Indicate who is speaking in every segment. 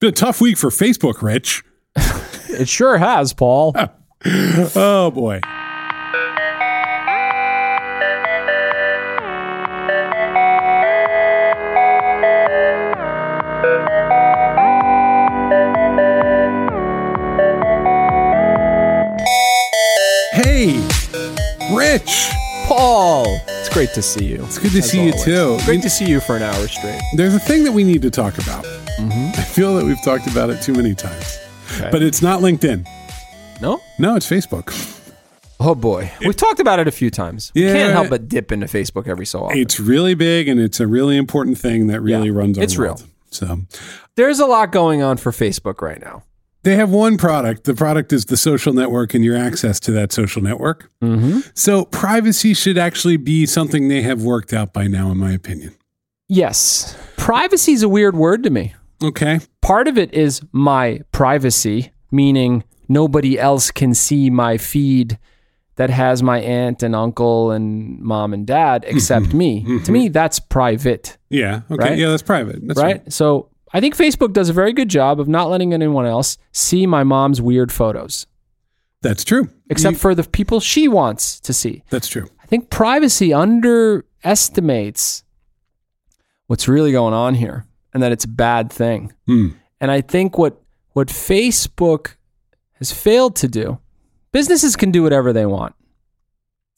Speaker 1: Been a tough week for Facebook, Rich.
Speaker 2: It sure has, Paul.
Speaker 1: Oh boy. Hey, Rich.
Speaker 2: Paul, it's great to see you.
Speaker 1: It's good to see you too.
Speaker 2: Great to see you for an hour straight.
Speaker 1: There's a thing that we need to talk about. I feel that we've talked about it too many times, but it's not LinkedIn.
Speaker 2: No?
Speaker 1: No, it's Facebook.
Speaker 2: Oh boy, we've talked about it a few times. We
Speaker 1: Yeah.
Speaker 2: can't help but dip into Facebook every so often.
Speaker 1: It's really big and it's a really important thing that really
Speaker 2: Yeah,
Speaker 1: runs our
Speaker 2: it's real.
Speaker 1: world. So
Speaker 2: There's a lot going on for Facebook right now.
Speaker 1: they have one product. The product is the social network and your access to that social network.
Speaker 2: Mm-hmm.
Speaker 1: So privacy should actually be something they have worked out by now, in my opinion.
Speaker 2: Yes, privacy is a weird word to me.
Speaker 1: Okay.
Speaker 2: Part of it is my privacy, meaning nobody else can see my feed that has my aunt and uncle and mom and dad except me. To me, that's private.
Speaker 1: Yeah. Okay.
Speaker 2: Right?
Speaker 1: Yeah, that's private. That's
Speaker 2: right? So I think Facebook does a very good job of not letting anyone else see my mom's weird photos,
Speaker 1: That's true. Mm,
Speaker 2: except for the people she wants to see.
Speaker 1: That's true.
Speaker 2: I think privacy underestimates what's really going on here and that it's a bad thing.
Speaker 1: Hmm.
Speaker 2: And I think what what Facebook has failed to do, businesses can do whatever they want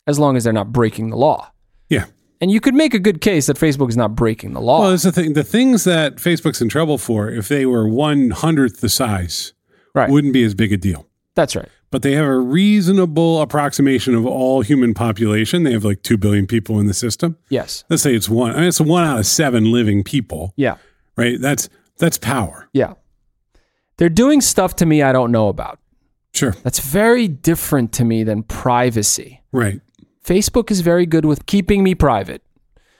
Speaker 2: as long as they're not breaking the law.
Speaker 1: Yeah.
Speaker 2: And you could make a good case that Facebook is not breaking the law.
Speaker 1: Well, that's the thing. The things that Facebook's in trouble for, if they were one hundredth the size,
Speaker 2: right.
Speaker 1: wouldn't be as big a deal.
Speaker 2: That's right.
Speaker 1: but they have a reasonable approximation of all human population. They have like 2 billion people in the system.
Speaker 2: Yes.
Speaker 1: Let's say it's one. I mean, it's one out of seven living people,
Speaker 2: Yeah.
Speaker 1: right? That's that's power.
Speaker 2: Yeah. They're doing stuff to me I don't know about.
Speaker 1: Sure.
Speaker 2: That's very different to me than privacy.
Speaker 1: Right.
Speaker 2: Facebook is very good with keeping me private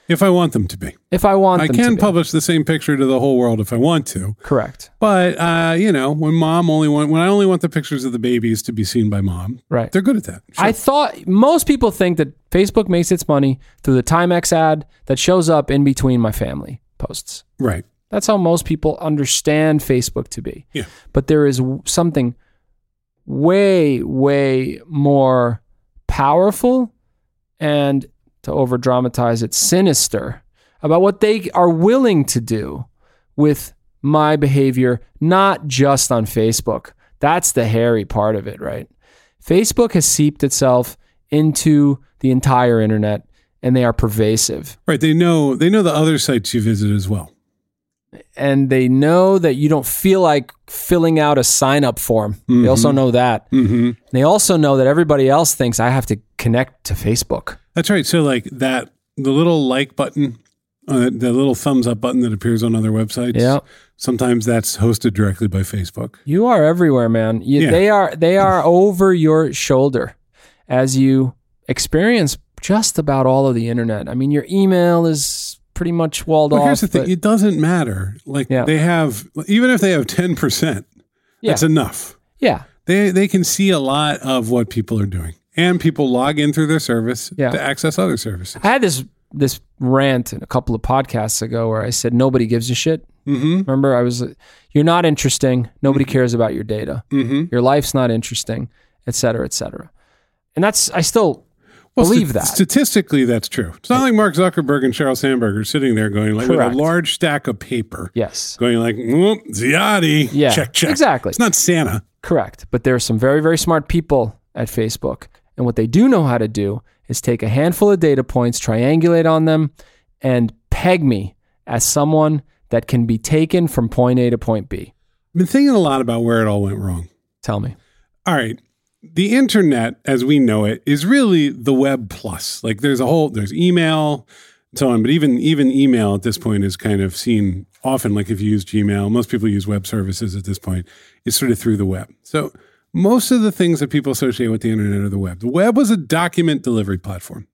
Speaker 1: If I want them to be,
Speaker 2: if I want
Speaker 1: I
Speaker 2: them
Speaker 1: can
Speaker 2: to be.
Speaker 1: publish the same picture to the whole world if I want to.
Speaker 2: Correct.
Speaker 1: But uh, you know, when mom only want when I only want the pictures of the babies to be seen by mom,
Speaker 2: Right.
Speaker 1: they're good at that. Sure.
Speaker 2: I thought most people think that Facebook makes its money through the Timex ad that shows up in between my family posts.
Speaker 1: right.
Speaker 2: That's how most people understand Facebook to be.
Speaker 1: Yeah.
Speaker 2: But there is w- something way, way more powerful and, to over dramatize it, sinister about what they are willing to do with my behavior, not just on Facebook. That's the hairy part of it, right? Facebook has seeped itself into the entire internet and they are pervasive.
Speaker 1: Right. They know they know the other sites you visit as well.
Speaker 2: and they know that you don't feel like filling out a sign up form. They also know that.
Speaker 1: Mm-hmm.
Speaker 2: They also know that everybody else thinks I have to connect to Facebook.
Speaker 1: That's right. So like that, the little like button, uh, the little thumbs up button that appears on other websites.
Speaker 2: Yeah.
Speaker 1: Sometimes that's hosted directly by Facebook.
Speaker 2: You are everywhere, man. You,
Speaker 1: Yeah.
Speaker 2: They are they are over your shoulder as you experience just about all of the internet. I mean, your email is pretty much walled
Speaker 1: But
Speaker 2: off.
Speaker 1: here's the thing:
Speaker 2: but-
Speaker 1: it doesn't matter. Like
Speaker 2: Yeah.
Speaker 1: they have, even if they have ten percent,
Speaker 2: yeah,
Speaker 1: that's enough.
Speaker 2: yeah,
Speaker 1: They they can see a lot of what people are doing, and people log in through their service
Speaker 2: Yeah.
Speaker 1: to access other services.
Speaker 2: I had this this rant a couple of podcasts ago where I said nobody gives a shit.
Speaker 1: Mm-hmm.
Speaker 2: Remember, I was you're not interesting. Nobody cares about your data.
Speaker 1: Mm-hmm.
Speaker 2: your life's not interesting, et cetera, et cetera. And that's, I still believe that.
Speaker 1: Statistically, that's true. It's not like Mark Zuckerberg and Sheryl Sandberg are sitting there going like
Speaker 2: Correct.
Speaker 1: with a large stack of paper.
Speaker 2: yes,
Speaker 1: going like "Whoop, Ziotti.
Speaker 2: Yeah,
Speaker 1: check check.
Speaker 2: exactly.
Speaker 1: It's not Santa.
Speaker 2: correct. But there are some very, very smart people at Facebook. And what they do know how to do is take a handful of data points, triangulate on them, and peg me as someone that can be taken from point A to point B.
Speaker 1: I've been thinking a lot about where it all went wrong.
Speaker 2: Tell me.
Speaker 1: All right. The internet, as we know it, is really the web plus. Like there's a whole there's email, and so on. But even even email at this point is kind of seen often. Like if you use Gmail, most people use web services at this point. It's sort of through the web. So most of the things that people associate with the internet are the web. The web was a document delivery platform.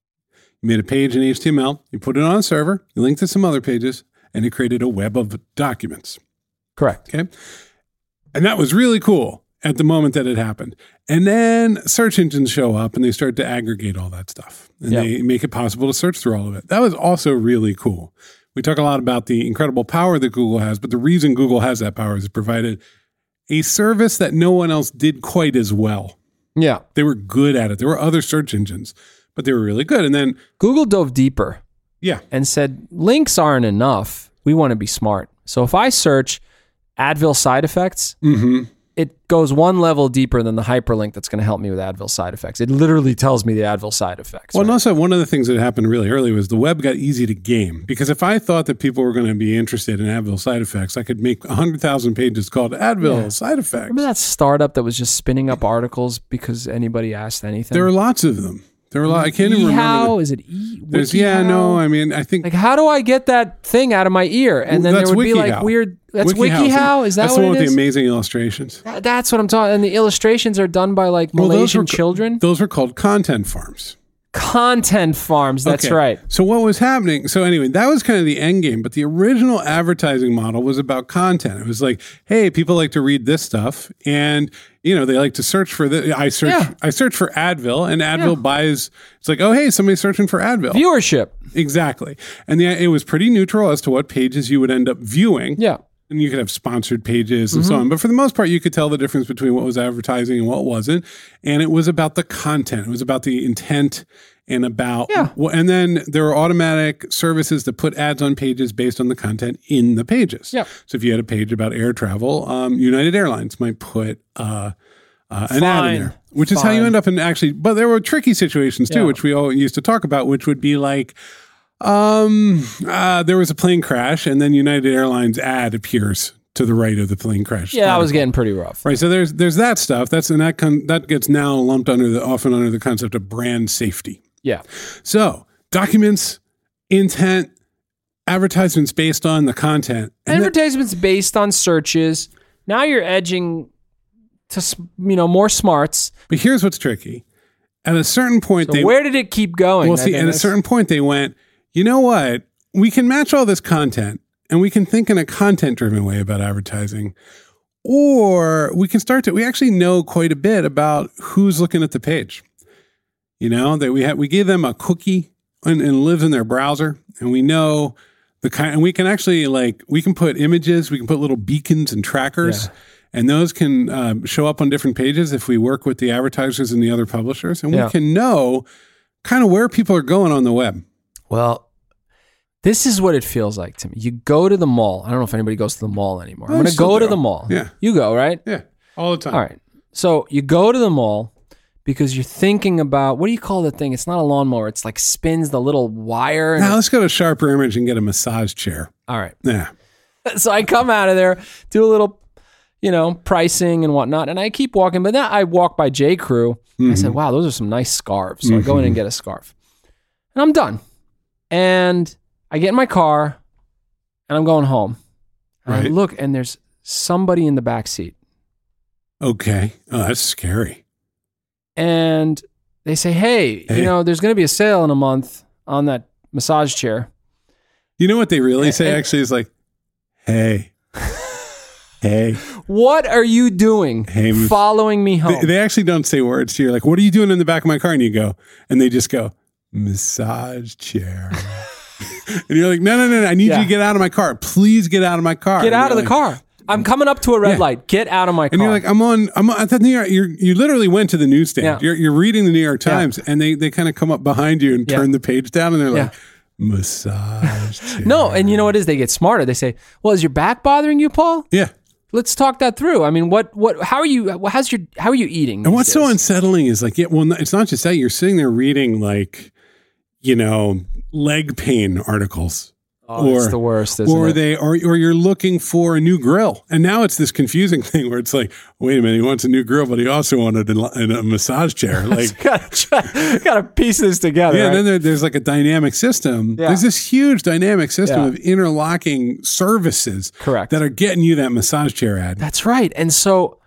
Speaker 1: You made a page in HTML, you put it on a server, you linked to some other pages, and it created a web of documents.
Speaker 2: Correct.
Speaker 1: Okay. And that was really cool at the moment that it happened. And then search engines show up and they start to aggregate all that stuff and
Speaker 2: Yeah.
Speaker 1: they make it possible to search through all of it. That was also really cool. We talk a lot about the incredible power that Google has, but the reason Google has that power is it provided a service that no one else did quite as well.
Speaker 2: Yeah.
Speaker 1: They were good at it. There were other search engines, but they were really good. And then,
Speaker 2: Google dove deeper
Speaker 1: yeah,
Speaker 2: and said, links aren't enough. We want to be smart. So if I search Advil side effects,
Speaker 1: mm-hmm.
Speaker 2: it goes one level deeper than the hyperlink that's going to help me with Advil side effects. It literally tells me the Advil side effects.
Speaker 1: Well, and
Speaker 2: right?
Speaker 1: also one of the things that happened really early was the web got easy to game because if I thought that people were going to be interested in Advil side effects, I could make hundred thousand pages called Advil side effects.
Speaker 2: Remember that startup that was just spinning up articles because anybody asked anything?
Speaker 1: There are lots of them. There are a lot. I can't even remember.
Speaker 2: How
Speaker 1: the-
Speaker 2: is it? E-
Speaker 1: There's yeah, no.
Speaker 2: WikiHow?
Speaker 1: I mean, I think
Speaker 2: like, how do I get that thing out of my ear? And then
Speaker 1: That's
Speaker 2: there would be like
Speaker 1: WikiHow.
Speaker 2: weird. That's
Speaker 1: WikiHow's the-
Speaker 2: WikiHow. Is that
Speaker 1: that's
Speaker 2: what
Speaker 1: the one
Speaker 2: it
Speaker 1: with the
Speaker 2: is?
Speaker 1: amazing illustrations?
Speaker 2: Th- That's what I'm talking. And the illustrations are done by like
Speaker 1: Well, those
Speaker 2: Malaysian
Speaker 1: were-
Speaker 2: children.
Speaker 1: Those were called content farms.
Speaker 2: Content farms. That's
Speaker 1: Okay.
Speaker 2: right.
Speaker 1: So what was happening? So anyway, that was kind of the end game. But the original advertising model was about content. It was like, hey, people like to read this stuff, and you know they like to search for the. I search.
Speaker 2: Yeah.
Speaker 1: I search for Advil, and Advil buys. It's like, oh hey, somebody's searching for Advil.
Speaker 2: Viewership.
Speaker 1: exactly. And the, it was pretty neutral as to what pages you would end up viewing.
Speaker 2: Yeah.
Speaker 1: and you could have sponsored pages and so
Speaker 2: Mm-hmm.
Speaker 1: on. But for the most part, you could tell the difference between what was advertising and what wasn't. And it was about the content. It was about the intent and about
Speaker 2: Yeah.
Speaker 1: well, and then there were automatic services that put ads on pages based on the content in the pages.
Speaker 2: Yeah.
Speaker 1: So if you had a page about air travel, um, United Airlines might put uh, uh, an ad in
Speaker 2: Fine.
Speaker 1: there, which is how you
Speaker 2: Fine.
Speaker 1: end up in actually. But there were tricky situations too,
Speaker 2: Yeah.
Speaker 1: which we all used to talk about, which would be like. Um, uh, there was a plane crash, and then United Airlines ad appears to the right of the plane crash.
Speaker 2: Yeah, that was
Speaker 1: article.
Speaker 2: getting pretty rough.
Speaker 1: right. So there's there's that stuff. That's and that con- that gets now lumped under the often under the concept of brand safety.
Speaker 2: Yeah.
Speaker 1: So documents, intent, advertisements based on the content, and then-
Speaker 2: Advertisements based on searches. Now you're edging to s- you know more smarts.
Speaker 1: but here's what's tricky. At a certain point,
Speaker 2: So
Speaker 1: they
Speaker 2: where did it keep going?
Speaker 1: Well,
Speaker 2: I
Speaker 1: see,
Speaker 2: mean,
Speaker 1: at a
Speaker 2: that's-
Speaker 1: certain point, they went, you know what? We can match all this content and we can think in a content driven way about advertising, or we can start to, we actually know quite a bit about who's looking at the page. You know, that we have, we give them a cookie and, and lives in their browser and we know the kind, and we can actually like, we can put images, we can put little beacons and trackers. And those can uh, show up on different pages if we work with the advertisers and the other publishers. And
Speaker 2: Yeah.
Speaker 1: we can know kind of where people are going on the web.
Speaker 2: Well, this is what it feels like to me. You go to the mall. I don't know if anybody goes to the mall
Speaker 1: I
Speaker 2: anymore. I'm going to
Speaker 1: still
Speaker 2: go to
Speaker 1: do.
Speaker 2: the mall.
Speaker 1: Yeah.
Speaker 2: You go, right?
Speaker 1: Yeah, all the time.
Speaker 2: All right. So you go to the mall because you're thinking about what do you call the thing? It's not a lawnmower. It's like spins the little wire. and
Speaker 1: Now
Speaker 2: it-
Speaker 1: let's go to Sharper Image and get a massage chair.
Speaker 2: all right.
Speaker 1: Yeah.
Speaker 2: so I come out of there, do a little, you know, pricing and whatnot, and I keep walking. But then I walk by J Crew. I
Speaker 1: Mm-hmm.
Speaker 2: said, "Wow, those are some nice scarves." So I go in and get a scarf, and I'm done. And I get in my car, and I'm going home. And I
Speaker 1: Right.
Speaker 2: look, and there's somebody in the back seat,
Speaker 1: Okay. Oh, that's scary.
Speaker 2: and they say, "Hey,
Speaker 1: Hey.
Speaker 2: you know, there's going to be a sale in a month on that massage chair."
Speaker 1: You know what they really say
Speaker 2: and-
Speaker 1: actually is like, hey, hey.
Speaker 2: What are you doing?
Speaker 1: Hey, Mus-
Speaker 2: following me home.
Speaker 1: They, they actually don't say words to you. Like, what are you doing in the back of my car? And you go, and they just go, massage chair. and you're like, no, no, no, no. I need
Speaker 2: Yeah.
Speaker 1: you to get out of my car. Please get out of my car. And
Speaker 2: Get out of
Speaker 1: you're
Speaker 2: the
Speaker 1: like-
Speaker 2: car. I'm coming up to a red
Speaker 1: Yeah.
Speaker 2: light. Get out of my car.
Speaker 1: And you're like, "Ah." I'm on, I'm on, I thought New York, you're, you literally went to the newsstand.
Speaker 2: Yeah.
Speaker 1: You're, you're reading the New York Times and they, they kind of come up behind you and
Speaker 2: Yeah.
Speaker 1: turn the page down and they're like,
Speaker 2: Yeah.
Speaker 1: massage. chair."
Speaker 2: no, and you know what it is? They get smarter. They say, "Well, is your back bothering you, Paul?
Speaker 1: Yeah.
Speaker 2: Let's talk that through. I mean, what, what, how are you? How's your, how are you eating?
Speaker 1: And what's so unsettling is like, yeah, well, it's not just that you're sitting there reading like, you know, leg pain articles.
Speaker 2: oh, it's
Speaker 1: or-
Speaker 2: the worst, isn't
Speaker 1: or
Speaker 2: it?
Speaker 1: they or or you're looking for a new grill, and now it's this confusing thing where it's like, wait a minute, he wants a new grill, but he also wanted a, a massage chair. Like,
Speaker 2: gotta, try, gotta piece this together.
Speaker 1: Yeah,
Speaker 2: right?
Speaker 1: and then there, there's like a dynamic system.
Speaker 2: Yeah.
Speaker 1: There's this huge dynamic system
Speaker 2: Yeah.
Speaker 1: of interlocking services
Speaker 2: Correct.
Speaker 1: that are getting you that massage chair ad.
Speaker 2: That's right. And so,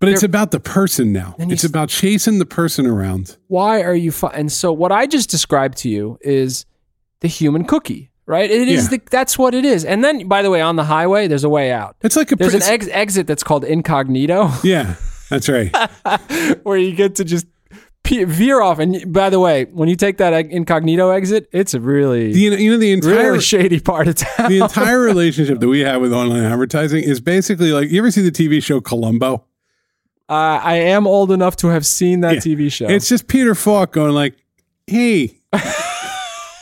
Speaker 1: But it's about the person now.
Speaker 2: you
Speaker 1: It's
Speaker 2: s-
Speaker 1: about chasing the person around.
Speaker 2: why are you? Fi- and so, what I just described to you is the human cookie, right? It is
Speaker 1: Yeah.
Speaker 2: the, that's what it is. And then, by the way, on the highway, there's a way out.
Speaker 1: It's like a
Speaker 2: There's an
Speaker 1: it's-
Speaker 2: ex- exit that's called incognito.
Speaker 1: yeah. That's right.
Speaker 2: where you get to just pe- veer off. And by the way, when you take that incognito exit, it's a really,
Speaker 1: The, you know, you know the entire
Speaker 2: really shady part of town.
Speaker 1: the entire relationship that we have with online advertising is basically like you ever see the TV show Columbo?
Speaker 2: uh, I am old enough to have seen that
Speaker 1: Yeah.
Speaker 2: TV show.
Speaker 1: It's just Peter Falk going like, "Hey,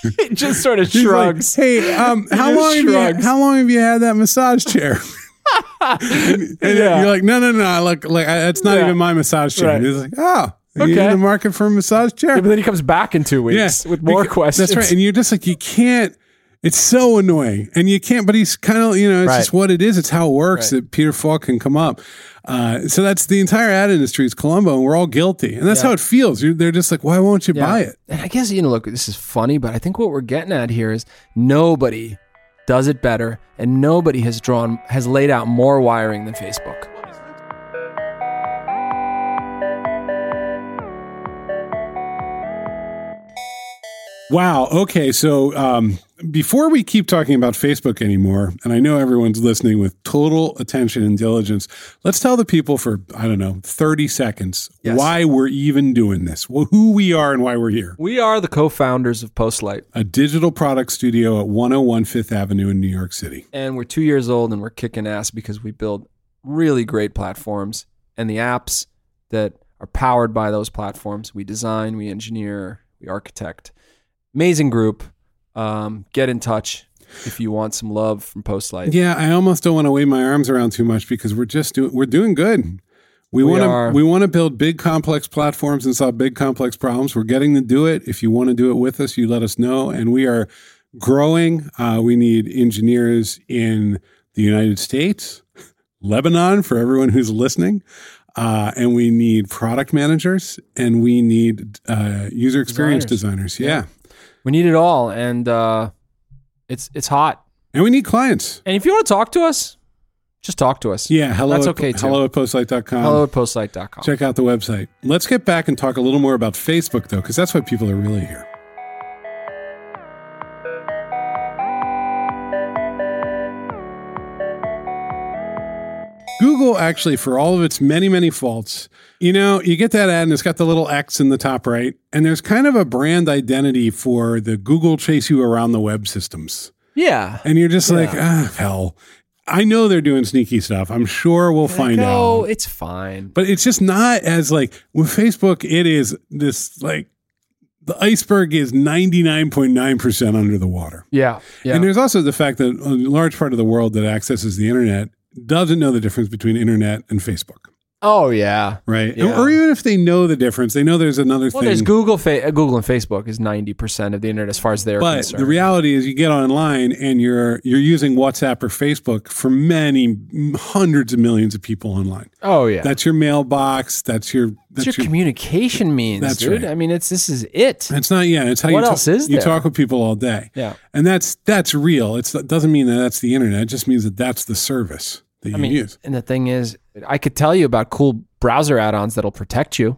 Speaker 2: it just sort of
Speaker 1: He's like,
Speaker 2: shrugs.
Speaker 1: hey, um, how
Speaker 2: just
Speaker 1: long have you,
Speaker 2: shrugs.
Speaker 1: how long have you had that massage chair? and and
Speaker 2: Yeah.
Speaker 1: you're like, no, no, no. I Like, like I- that's not
Speaker 2: Yeah.
Speaker 1: even my massage chair.
Speaker 2: Right.
Speaker 1: And he's like, oh, are you
Speaker 2: Okay.
Speaker 1: in the market for a massage chair?
Speaker 2: Yeah, but then he comes back in two weeks with more
Speaker 1: Beca-
Speaker 2: questions.
Speaker 1: That's right. And you're just like, you can't. It's so annoying, and you can't. But he's kind of, you know, it's
Speaker 2: Right.
Speaker 1: just what it is. It's how it works that Peter Falk can come up. Uh, so that's the entire ad industry is Columbo, and we're all guilty, and that's
Speaker 2: Yeah.
Speaker 1: how it feels. You're, they're just like, why won't you
Speaker 2: Yeah.
Speaker 1: buy it?
Speaker 2: And I guess, you know, look, this is funny, but I think what we're getting at here is nobody does it better and nobody has drawn, has laid out more wiring than Facebook.
Speaker 1: Wow. Okay. So um, before we keep talking about Facebook anymore, and I know everyone's listening with total attention and diligence, let's tell the people for, I don't know, 30 seconds
Speaker 2: Yes.
Speaker 1: why we're even doing this, wh- who we are, and why we're here.
Speaker 2: We are the co founders of Postlight,
Speaker 1: A digital product studio at 101 Fifth Avenue in New York City.
Speaker 2: and we're two years old and we're kicking ass because we build really great platforms and the apps that are powered by those platforms. We design, we engineer, we architect. Amazing group. Um, get in touch if you want some love from Postlight.
Speaker 1: Yeah, I almost don't want to wave my arms around too much because we're just doing we're doing good. We,
Speaker 2: We
Speaker 1: want
Speaker 2: are.
Speaker 1: to we want to build big complex platforms and solve big complex problems. We're getting to do it. If you want to do it with us, you let us know. And we are growing. Uh, we need engineers in the United States, Lebanon for everyone who's listening, uh, and we need product managers and we need uh, user experience designers. yeah,
Speaker 2: We need it all, and uh, it's it's hot.
Speaker 1: and we need clients.
Speaker 2: And if you want to talk to us, just talk to us.
Speaker 1: Yeah, hello.
Speaker 2: That's
Speaker 1: at-
Speaker 2: okay, too.
Speaker 1: Hello at postlight.com.
Speaker 2: Hello at postlight.com.
Speaker 1: Check out the website. Let's get back and talk a little more about Facebook, though, because that's why people are really here. Google actually, for all of its many, many faults, you know, you get that ad and it's got the little X in the top right, and there's kind of a brand identity for the Google chase you around the web systems.
Speaker 2: Yeah.
Speaker 1: And you're just like, ah, hell. I know they're doing sneaky stuff. I'm sure we'll find
Speaker 2: no,
Speaker 1: out.
Speaker 2: it's fine.
Speaker 1: But it's just not as like with Facebook, it is this like the iceberg is 99.9% under the water.
Speaker 2: Yeah. Yeah.
Speaker 1: And there's also the fact that a large part of the world that accesses the internet doesn't know the difference between internet and Facebook,
Speaker 2: oh yeah.
Speaker 1: right?
Speaker 2: Yeah.
Speaker 1: Or even if they know the difference, they know there's another
Speaker 2: Well,
Speaker 1: thing.
Speaker 2: there's Google. Fa- uh, Google and Facebook is ninety percent of the internet as far as they're
Speaker 1: but
Speaker 2: concerned.
Speaker 1: the reality is you get online and you're you're using WhatsApp or Facebook for many hundreds of millions of people online.
Speaker 2: oh yeah.
Speaker 1: That's your mailbox. That's your.
Speaker 2: That's
Speaker 1: That's
Speaker 2: your,
Speaker 1: your.
Speaker 2: communication means,
Speaker 1: That's
Speaker 2: dude.
Speaker 1: right.
Speaker 2: I mean, it's this is it.
Speaker 1: That's not yeah. It's how
Speaker 2: What
Speaker 1: you
Speaker 2: else
Speaker 1: talk,
Speaker 2: is
Speaker 1: you
Speaker 2: there?
Speaker 1: talk with people all day,
Speaker 2: Yeah.
Speaker 1: and that's that's real. It's it doesn't mean that that's the internet. It just means that that's the service that you
Speaker 2: I mean,
Speaker 1: use.
Speaker 2: and the thing is, I could tell you about cool browser add-ons that'll protect you.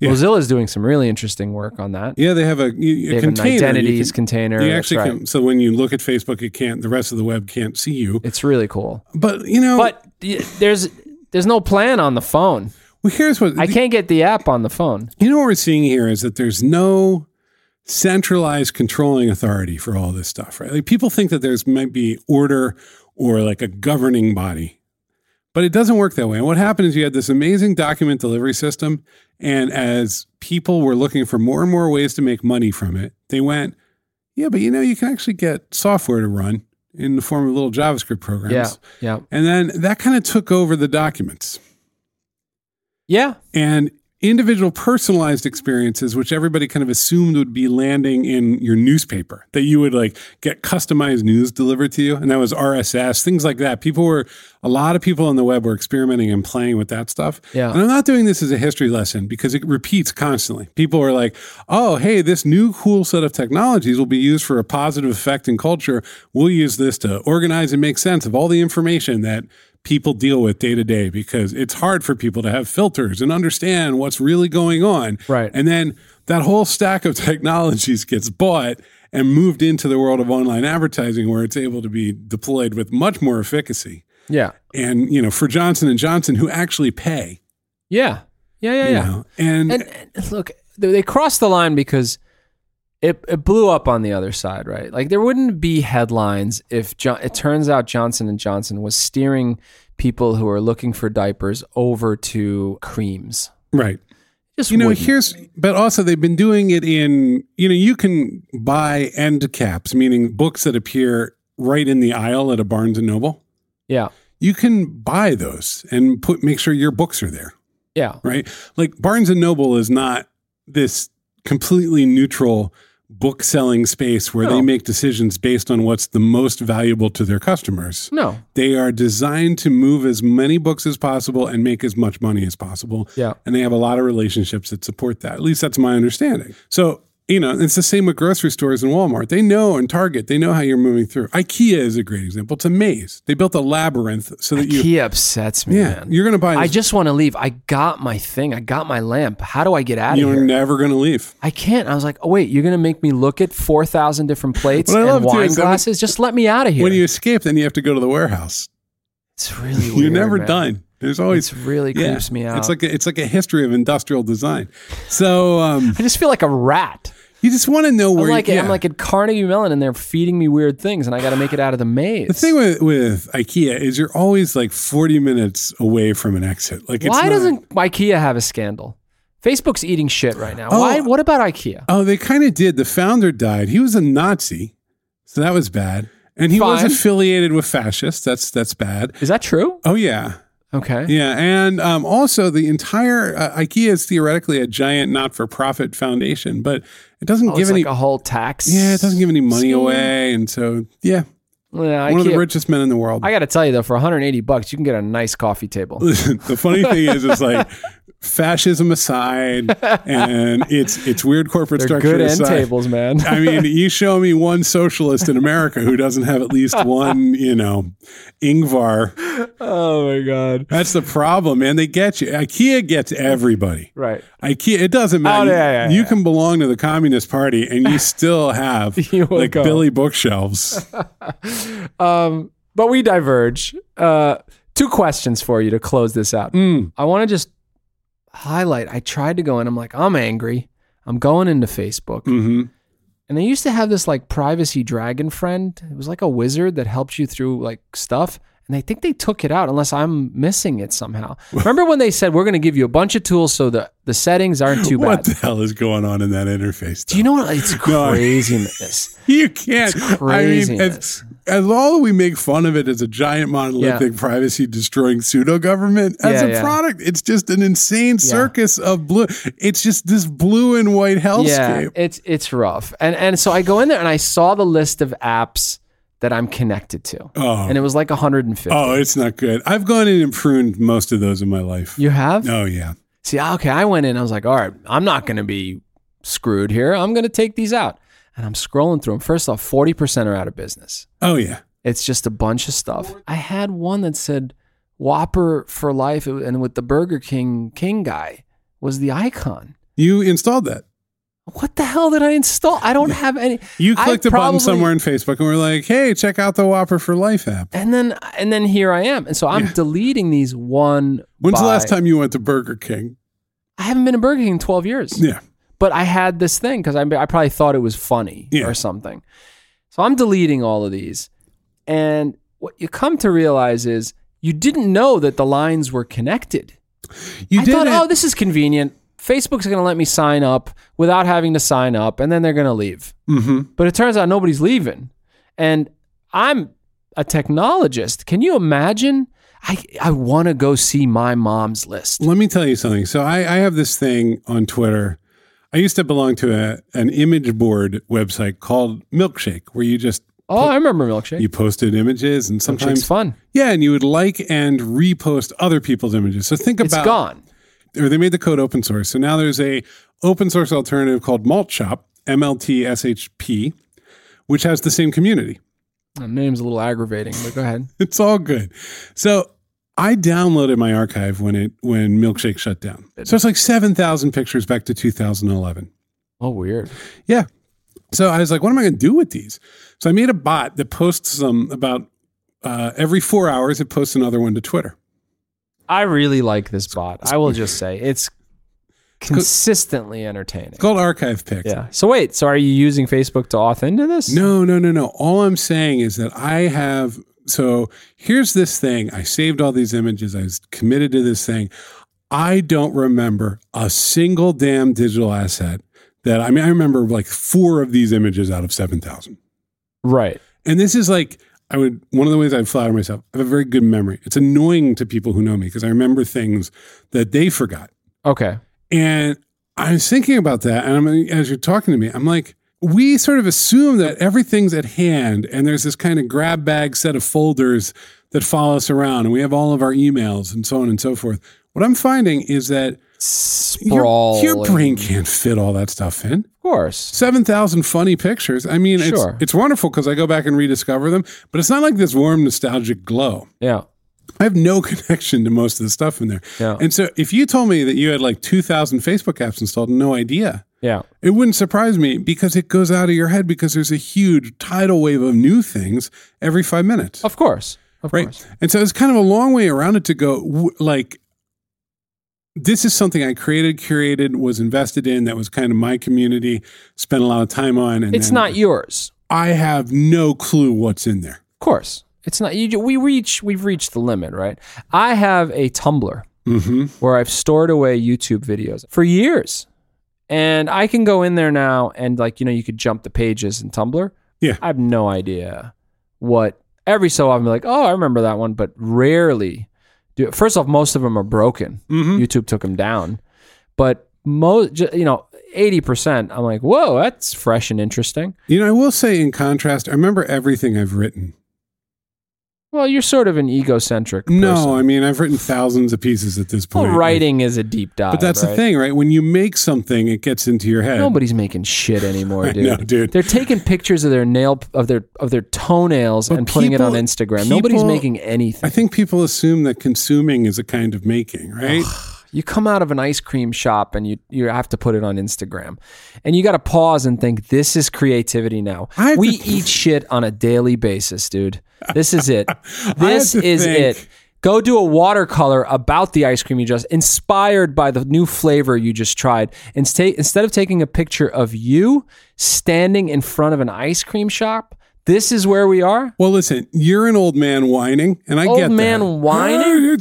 Speaker 1: Yeah.
Speaker 2: Mozilla is doing some really interesting work on that.
Speaker 1: Yeah, they have a, you,
Speaker 2: They
Speaker 1: a
Speaker 2: have an
Speaker 1: container. You
Speaker 2: identities
Speaker 1: can-
Speaker 2: container.
Speaker 1: You
Speaker 2: That's
Speaker 1: actually
Speaker 2: right.
Speaker 1: can. So when you look at Facebook, it can't. The rest of the web can't see you.
Speaker 2: It's really cool.
Speaker 1: But you know,
Speaker 2: But y- there's there's no plan on the phone.
Speaker 1: well, here's what
Speaker 2: I can't get the app on the phone.
Speaker 1: You know what we're seeing here is that there's no centralized controlling authority for all this stuff, right? Like people think that there's might be order or like a governing body, but it doesn't work that way. And what happened is you had this amazing document delivery system, and as people were looking for more and more ways to make money from it, they went, yeah, but you know, you can actually get software to run in the form of little JavaScript programs.
Speaker 2: Yeah, yeah,
Speaker 1: And then that kind of took over the documents
Speaker 2: yeah.
Speaker 1: and individual personalized experiences which everybody kind of assumed would be landing in your newspaper that you would like get customized news delivered to you and that was rss things like that people were a lot of people on the web were experimenting and playing with that stuff
Speaker 2: Yeah.
Speaker 1: and i'm not doing this as a history lesson because it repeats constantly people are like oh hey this new cool set of technologies will be used for a positive effect in culture we'll use this to organize and make sense of all the information that people deal with day to day because it's hard for people to have filters and understand what's really going on.
Speaker 2: Right.
Speaker 1: And then that whole stack of technologies gets bought and moved into the world of online advertising where it's able to be deployed with much more efficacy.
Speaker 2: Yeah.
Speaker 1: And you know, for Johnson and Johnson who actually pay.
Speaker 2: Yeah. Yeah. Yeah.
Speaker 1: you
Speaker 2: Yeah.
Speaker 1: know, and,
Speaker 2: And, and look, they they crossed the line because it it blew up on the other side, right? Like there wouldn't be headlines if John, it turns out Johnson and Johnson was steering people who are looking for diapers over to creams.
Speaker 1: Right.
Speaker 2: Just
Speaker 1: You know,
Speaker 2: wouldn't.
Speaker 1: here's, but also they've been doing it in, you know, you can buy end caps, meaning books that appear right in the aisle at a Barnes and Noble.
Speaker 2: yeah,
Speaker 1: You can buy those and put, make sure your books are there,
Speaker 2: yeah,
Speaker 1: right? Like Barnes and Noble is not this completely neutral book selling space where they
Speaker 2: No.
Speaker 1: make decisions based on what's the most valuable to their customers.
Speaker 2: no,
Speaker 1: They are designed to move as many books as possible and make as much money as possible.
Speaker 2: yeah,
Speaker 1: And they have a lot of relationships that support that. At least that's my understanding. So, you know, it's the same with grocery stores and Walmart. They know and Target, they know how you're moving through. IKEA is a great example. It's a maze. They built a labyrinth so that you,
Speaker 2: he upsets me,
Speaker 1: yeah,
Speaker 2: man.
Speaker 1: you're going to buy,
Speaker 2: I
Speaker 1: this,
Speaker 2: just want to leave. I got my thing. I got my lamp. How do I get out of
Speaker 1: you're
Speaker 2: here?
Speaker 1: never going to leave.
Speaker 2: I can't. I was like, oh wait, you're gonna make me look at four thousand different plates
Speaker 1: What I love,
Speaker 2: and
Speaker 1: too,
Speaker 2: wine
Speaker 1: is that when-
Speaker 2: glasses. Just let me out of here.
Speaker 1: When you escape, then you have to go to the warehouse.
Speaker 2: it's really weird.
Speaker 1: you're never
Speaker 2: man.
Speaker 1: done. There's always,
Speaker 2: It's really
Speaker 1: Oh, yeah,
Speaker 2: creeps me out.
Speaker 1: It's like, a, it's like a history of industrial design. So, um,
Speaker 2: I just feel like a rat.
Speaker 1: you just want to know where
Speaker 2: I'm like
Speaker 1: you, yeah.
Speaker 2: I'm like at Carnegie Mellon, and they're feeding me weird things, and I got to make it out of the maze.
Speaker 1: The thing with, with IKEA is you're always like 40 minutes away from an exit. Like, it's
Speaker 2: Why
Speaker 1: not-
Speaker 2: doesn't IKEA have a scandal? Facebook's eating shit right now.
Speaker 1: Oh.
Speaker 2: Why? What about IKEA?
Speaker 1: Oh, they kind of did. The founder died. He was a Nazi, so that was bad. And he was
Speaker 2: Fine.
Speaker 1: affiliated with fascists. That's that's bad.
Speaker 2: Is that true?
Speaker 1: Oh yeah,
Speaker 2: Okay.
Speaker 1: yeah. And um, also, the entire uh, IKEA is theoretically a giant not-for-profit foundation, but it doesn't
Speaker 2: Oh,
Speaker 1: give
Speaker 2: it's
Speaker 1: any.
Speaker 2: like a whole tax.
Speaker 1: yeah, it doesn't give any money
Speaker 2: scheme.
Speaker 1: away, and so yeah,
Speaker 2: Yeah,
Speaker 1: one of
Speaker 2: IKEA-
Speaker 1: the richest men in the world.
Speaker 2: I got to tell you though, for 180 bucks, you can get a nice coffee table.
Speaker 1: the funny thing is, it's like fascism aside, and it's it's weird corporate
Speaker 2: They're
Speaker 1: structure
Speaker 2: good end
Speaker 1: aside.
Speaker 2: tables, man.
Speaker 1: I mean, you show me one socialist in America who doesn't have at least one, you know, Ingvar.
Speaker 2: oh my god.
Speaker 1: That's the problem, man. They get you. IKEA gets everybody.
Speaker 2: Right.
Speaker 1: IKEA, it doesn't matter.
Speaker 2: Oh, yeah, yeah,
Speaker 1: you
Speaker 2: yeah.
Speaker 1: can belong to the Communist Party and you still have
Speaker 2: You will
Speaker 1: like
Speaker 2: go.
Speaker 1: Billy bookshelves.
Speaker 2: Um, but we diverge. Uh, two questions for you to close this out.
Speaker 1: Mm.
Speaker 2: I want to just highlight. I tried to go in. I'm like, I'm angry. I'm going into Facebook.
Speaker 1: hmm
Speaker 2: And I used to have this like privacy dragon friend. It was like a wizard that helped you through like stuff. And I think they took it out unless I'm missing it somehow. Remember when they said we're going to give you a bunch of tools so the, the settings aren't too
Speaker 1: What
Speaker 2: bad?
Speaker 1: the hell is going on in that interface?
Speaker 2: Do you know what? It's
Speaker 1: No.
Speaker 2: craziness.
Speaker 1: You can't. I mean, as,
Speaker 2: craziness.
Speaker 1: as all we make fun of it as a giant monolithic privacy destroying pseudo government, as
Speaker 2: Yeah,
Speaker 1: a
Speaker 2: yeah.
Speaker 1: product, it's just an insane circus of blue. It's just this blue and white hellscape.
Speaker 2: Yeah, it's it's rough. And and so I go in there and I saw the list of apps that I'm connected to.
Speaker 1: Oh.
Speaker 2: And it was like 150.
Speaker 1: Oh, it's not good. I've gone in and pruned most of those in my life.
Speaker 2: You have?
Speaker 1: Oh, yeah.
Speaker 2: See, okay, I went in, I was like, all right, I'm not gonna be screwed here. I'm gonna take these out. And I'm scrolling through them. First off, 40% are out of business.
Speaker 1: Oh, yeah.
Speaker 2: It's just a bunch of stuff. I had one that said Whopper for life and with the Burger King King guy was the icon.
Speaker 1: You installed that.
Speaker 2: What the hell did I install? I don't have any
Speaker 1: You
Speaker 2: I
Speaker 1: clicked a button
Speaker 2: probably-
Speaker 1: somewhere in Facebook and we're like, hey, check out the Whopper for Life app.
Speaker 2: and then and then here I am. And so I'm
Speaker 1: Yeah.
Speaker 2: deleting these one.
Speaker 1: When's the
Speaker 2: by-
Speaker 1: last time you went to Burger King?
Speaker 2: I haven't been to Burger King in 12 years,
Speaker 1: Yeah.
Speaker 2: but I had this thing because I, I probably thought it was funny
Speaker 1: Yeah.
Speaker 2: or something. So I'm deleting all of these. And what you come to realize is you didn't know that the lines were connected.
Speaker 1: You
Speaker 2: I
Speaker 1: did
Speaker 2: thought,
Speaker 1: it.
Speaker 2: oh, this is convenient. Facebook's going to let me sign up without having to sign up, and then they're going to leave.
Speaker 1: hmm
Speaker 2: But it turns out nobody's leaving. And I'm a technologist. Can you imagine? I, I want to go see my mom's list.
Speaker 1: Let me tell you something. So I, I have this thing on Twitter. I used to belong to a, an image board website called Milkshake, where you just
Speaker 2: Oh, I remember Milkshake.
Speaker 1: you posted images and
Speaker 2: Milkshake's
Speaker 1: sometimes
Speaker 2: fun.
Speaker 1: yeah, and you would like and repost other people's images. So think
Speaker 2: It's
Speaker 1: about
Speaker 2: gone.
Speaker 1: or they made the code open source. So now there's a open source alternative called Malt Shop, MLTSHP, which has the same community.
Speaker 2: The name's a little aggravating, but go ahead.
Speaker 1: It's all good. So I downloaded my archive when it when Milkshake shut down. So it's like seven thousand pictures back to 2011.
Speaker 2: Oh, weird.
Speaker 1: Yeah. So I was like, what am I going to do with these? So I made a bot that posts them about uh, every four hours. It posts another one to Twitter.
Speaker 2: I really like this bot. I will just say it's consistently entertaining.
Speaker 1: It's called archive pick.
Speaker 2: Yeah. So wait, so are you using Facebook to auth into this?
Speaker 1: No, no, no, no. All I'm saying is that I have. So here's this thing. I saved all these images. I was committed to this thing. I don't remember a single damn digital asset that I mean, I remember like four of these images out of 7,000.
Speaker 2: Right.
Speaker 1: And this is like, I would, one of the ways I flatter myself, I have a very good memory. It's annoying to people who know me because I remember things that they forgot.
Speaker 2: Okay.
Speaker 1: And I was thinking about that, and I'm as you're talking to me, I'm like, we sort of assume that everything's at hand, and there's this kind of grab bag set of folders that follow us around, and we have all of our emails and so on and so forth. What I'm finding is that
Speaker 2: Sprawl.
Speaker 1: your, your brain can't fit all that stuff in.
Speaker 2: Of course.
Speaker 1: Seven thousand funny pictures. I mean, it's
Speaker 2: Sure.
Speaker 1: it's wonderful because I go back and rediscover them, but it's not like this warm nostalgic glow.
Speaker 2: Yeah.
Speaker 1: I have no connection to most of the stuff in there.
Speaker 2: Yeah.
Speaker 1: And so if you told me that you had like 2,000 Facebook apps installed, no idea.
Speaker 2: Yeah.
Speaker 1: It wouldn't surprise me because it goes out of your head because there's a huge tidal wave of new things every five minutes.
Speaker 2: Of course. Of
Speaker 1: right.
Speaker 2: course.
Speaker 1: And so it's kind of a long way around it to go w- like, this is something I created, curated, was invested in. That was kind of my community, spent a lot of time on. And
Speaker 2: It's
Speaker 1: then
Speaker 2: not yours.
Speaker 1: I have no clue what's in there.
Speaker 2: Of course. It's not you we reach we've reached the limit, right? I have a Tumblr
Speaker 1: Mm-hmm.
Speaker 2: where I've stored away YouTube videos for years. And I can go in there now and like, you know, you could jump the pages in Tumblr.
Speaker 1: Yeah.
Speaker 2: I have no idea what every so often be like, oh, I remember that one, but rarely do first off, most of them are broken.
Speaker 1: Mm-hmm.
Speaker 2: YouTube took them down. But most you know, 80%, I'm like, whoa, that's fresh and interesting.
Speaker 1: You know, I will say in contrast, I remember everything I've written.
Speaker 2: Well, you're sort of an egocentric person.
Speaker 1: No, I mean I've written thousands of pieces at this
Speaker 2: Well,
Speaker 1: point.
Speaker 2: writing is a deep dive.
Speaker 1: But that's
Speaker 2: right?
Speaker 1: the thing, right? When you make something, it gets into your head.
Speaker 2: Nobody's making shit anymore,
Speaker 1: I
Speaker 2: dude.
Speaker 1: know, dude.
Speaker 2: They're taking pictures of their nail of their of their toenails
Speaker 1: But
Speaker 2: and putting it on
Speaker 1: people-
Speaker 2: Instagram. Nobody's
Speaker 1: people-
Speaker 2: making
Speaker 1: I
Speaker 2: anything.
Speaker 1: think people assume that consuming is a kind of making, right?
Speaker 2: You come out of an ice cream shop and you you have to put it on Instagram, and you got to pause and think this is creativity now.
Speaker 1: I have
Speaker 2: We
Speaker 1: to-
Speaker 2: eat shit on a daily basis, dude. This is it. This
Speaker 1: to
Speaker 2: is
Speaker 1: think-
Speaker 2: it. Go do a watercolor about the ice cream you just inspired by the new flavor you just tried. Instead, instead of taking a picture of you standing in front of an ice cream shop, this is where we are.
Speaker 1: well, listen, you're an old man whining, and I
Speaker 2: Old
Speaker 1: get
Speaker 2: man
Speaker 1: that.
Speaker 2: whining?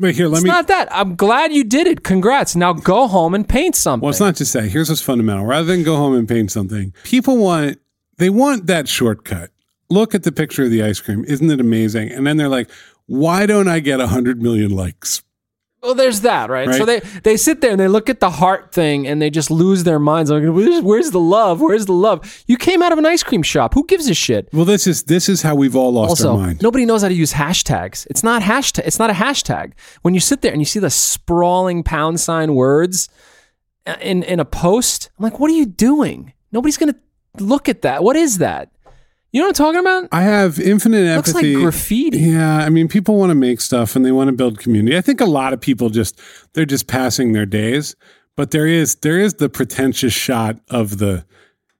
Speaker 1: But here, let
Speaker 2: It's
Speaker 1: me.
Speaker 2: not that. I'm glad you did it. Congrats. Now go home and paint something.
Speaker 1: well, it's not just that. Here's what's fundamental. Rather than go home and paint something, people want they want that shortcut. Look at the picture of the ice cream. Isn't it amazing? And then they're like, why don't I get hundred million likes?
Speaker 2: well, there's that, right? So they
Speaker 1: Right.
Speaker 2: they sit there and they look at the heart thing and they just lose their minds. Like, where's, where's the love? Where's the love? You came out of an ice cream shop. Who gives a shit?
Speaker 1: Well, this is this is how we've all lost our
Speaker 2: also
Speaker 1: mind.
Speaker 2: nobody knows how to use hashtags it's not hashtag it's not a hashtag when you sit there and you see the sprawling pound sign words in in a post i'm like what are you doing nobody's gonna look at that what is that you know what i'm talking about
Speaker 1: I have infinite
Speaker 2: looks
Speaker 1: empathy.
Speaker 2: like graffiti
Speaker 1: Yeah, I mean, people want to make stuff and they want to build community. I think a lot of people just they're just passing their days, but there is there is the pretentious shot of the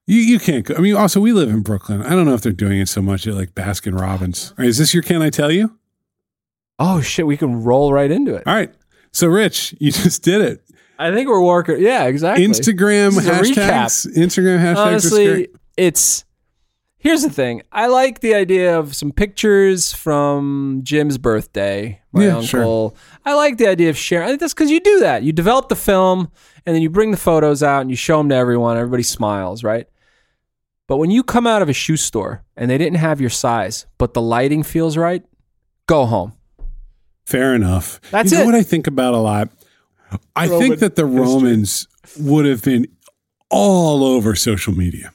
Speaker 1: you you can't. Go, I mean, also we live in Brooklyn. I don't know if they're doing it so much at like Baskin Robbins. All right, is this your can I tell you?
Speaker 2: oh shit we can roll right into it
Speaker 1: All right, so Rich, you just did it.
Speaker 2: i think we're working yeah exactly
Speaker 1: Instagram
Speaker 2: This is a
Speaker 1: hashtags. Instagram hashtags. are scary.
Speaker 2: honestly it's here's the thing i like the idea of some pictures from jim's birthday my
Speaker 1: Yeah,
Speaker 2: uncle
Speaker 1: sure.
Speaker 2: i like the idea of sharing i think that's because you do that you develop the film and then you bring the photos out and you show them to everyone everybody smiles right but when you come out of a shoe store and they didn't have your size but the lighting feels right go home
Speaker 1: Fair enough.
Speaker 2: That's
Speaker 1: you know
Speaker 2: it.
Speaker 1: what I think about a lot. I
Speaker 2: Roman
Speaker 1: think that the
Speaker 2: history.
Speaker 1: Romans would have been all over social media.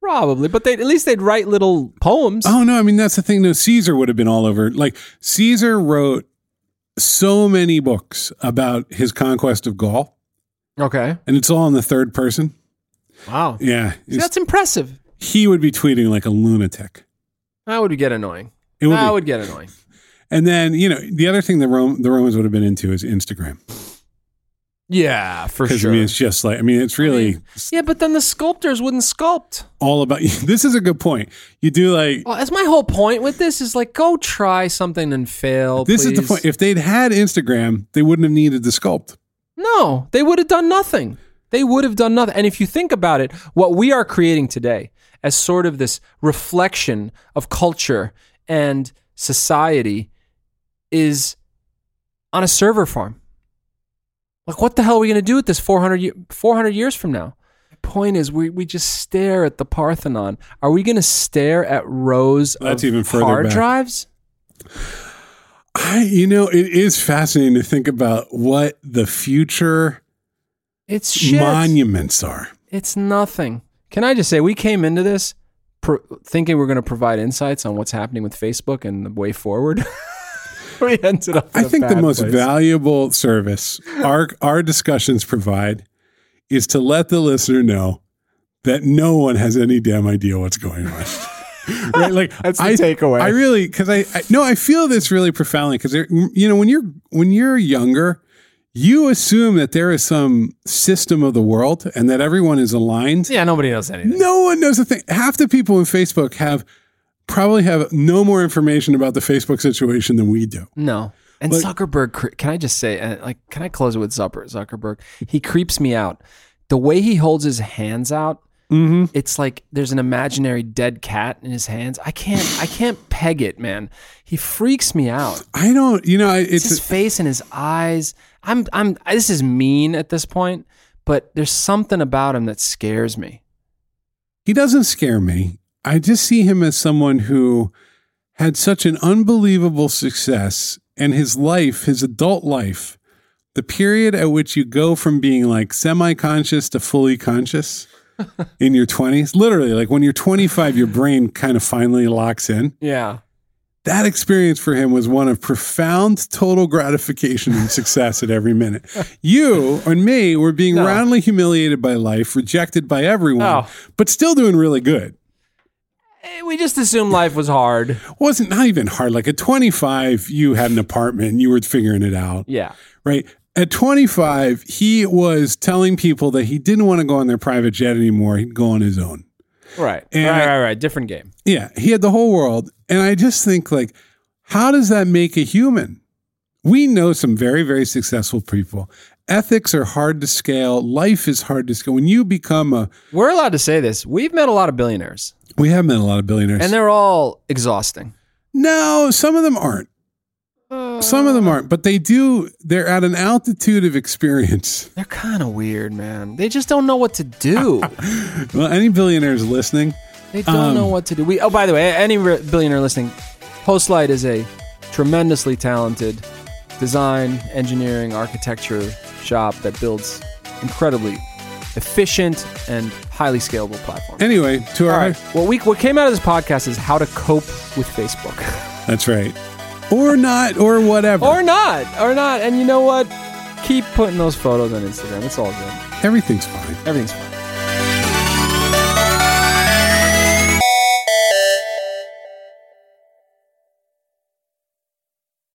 Speaker 2: probably but they at least they'd write little poems
Speaker 1: Oh no, I mean that's the thing. No, Caesar would have been all over. Like Caesar wrote so many books about his conquest of Gaul,
Speaker 2: okay
Speaker 1: and it's all in the third person.
Speaker 2: wow
Speaker 1: Yeah,
Speaker 2: See,
Speaker 1: It's-
Speaker 2: that's impressive
Speaker 1: he would be tweeting like a lunatic.
Speaker 2: that would get annoying
Speaker 1: It would
Speaker 2: that
Speaker 1: be-
Speaker 2: would get annoying
Speaker 1: and then you know the other thing the Rome the Romans would have been into is Instagram
Speaker 2: yeah for
Speaker 1: because
Speaker 2: sure
Speaker 1: I mean it's just like I mean it's really
Speaker 2: Yeah, but then the sculptors wouldn't sculpt.
Speaker 1: all about. This is a good point. You do like
Speaker 2: Well, that's my whole point with this is like go try something and fail.
Speaker 1: This is the
Speaker 2: please.
Speaker 1: point. If they'd had Instagram, they wouldn't have needed to sculpt.
Speaker 2: No, they would have done nothing. They would have done nothing. And if you think about it, what we are creating today as sort of this reflection of culture and society is on a server farm. Like, what the hell are we going to do with this 400, ye- 400 years from now? The point is, we, we just stare at the Parthenon. Are we going to stare at rows
Speaker 1: That's
Speaker 2: of
Speaker 1: even further
Speaker 2: hard
Speaker 1: back.
Speaker 2: drives?
Speaker 1: I, you know, it is fascinating to think about what the future
Speaker 2: It's shit.
Speaker 1: monuments are.
Speaker 2: It's nothing. Can I just say we came into this pro- thinking we're going to provide insights on what's happening with Facebook and the way forward. we ended up. in
Speaker 1: I
Speaker 2: a
Speaker 1: think the
Speaker 2: bad
Speaker 1: most
Speaker 2: place.
Speaker 1: valuable service our our discussions provide is to let the listener know that no one has any damn idea what's going on. right? Like
Speaker 2: That's the
Speaker 1: I,
Speaker 2: takeaway.
Speaker 1: I really because I, I no, I feel this really profoundly because you know when you're when you're younger, you assume that there is some system of the world and that everyone is aligned.
Speaker 2: yeah, nobody knows anything.
Speaker 1: No one knows a thing. Half the people in Facebook have probably have no more information about the Facebook situation than we do.
Speaker 2: No. And
Speaker 1: Like-
Speaker 2: Zuckerberg, cre- can I just say, uh, like, can I close it with Zucker, Zuckerberg? He creeps me out. The way he holds his hands out,
Speaker 1: Mm-hmm.
Speaker 2: it's like there's an imaginary dead cat in his hands. I can't, I can't peg it, man. He freaks me out.
Speaker 1: I don't, you know, I-
Speaker 2: It's
Speaker 1: it's
Speaker 2: his face and his eyes. I'm, I'm. This is mean at this point, but there's something about him that scares me.
Speaker 1: he doesn't scare me. I just see him as someone who had such an unbelievable success and his life, his adult life, the period at which you go from being like semi conscious to fully conscious in your 20s, literally, like when you're 25, your brain kind of finally locks in.
Speaker 2: Yeah.
Speaker 1: That experience for him was one of profound total gratification and success at every minute. You and me were being
Speaker 2: No.
Speaker 1: roundly humiliated by life, rejected by everyone,
Speaker 2: Oh.
Speaker 1: but still doing really good.
Speaker 2: Eh, We just assumed life was hard.
Speaker 1: wasn't not even hard. Like at 25, you had an apartment, you were figuring it out,
Speaker 2: Yeah.
Speaker 1: right? At 25, he was telling people that he didn't want to go on their private jet anymore. He'd go on his own.
Speaker 2: Right.
Speaker 1: And
Speaker 2: right.
Speaker 1: I-
Speaker 2: Right. Right. Different game.
Speaker 1: Yeah, he had the whole world. And I just think like, how does that make a human? We know some very, very successful people. Ethics are hard to scale. Life is hard to scale. When you become a,
Speaker 2: We're allowed to say this. We've met a lot of billionaires,
Speaker 1: we have met a lot of billionaires.
Speaker 2: and they're all exhausting.
Speaker 1: no, some of them aren't. Some of them aren't, but they do. They're at an altitude of experience.
Speaker 2: They're kind of weird, man. They just don't know what to do.
Speaker 1: Well, any billionaires listening,
Speaker 2: They don't
Speaker 1: Um,
Speaker 2: know what to do. We oh, by the way, any re- billionaire listening, Postlight is a tremendously talented design, engineering, architecture shop that builds incredibly efficient and highly scalable platforms.
Speaker 1: anyway, to
Speaker 2: All
Speaker 1: our
Speaker 2: right. What we what came out of this podcast is how to cope with Facebook,
Speaker 1: that's right, or not, or whatever,
Speaker 2: or not, or not. And you know what? Keep putting those photos on Instagram. It's all good.
Speaker 1: everything's fine.
Speaker 2: Everything's fine.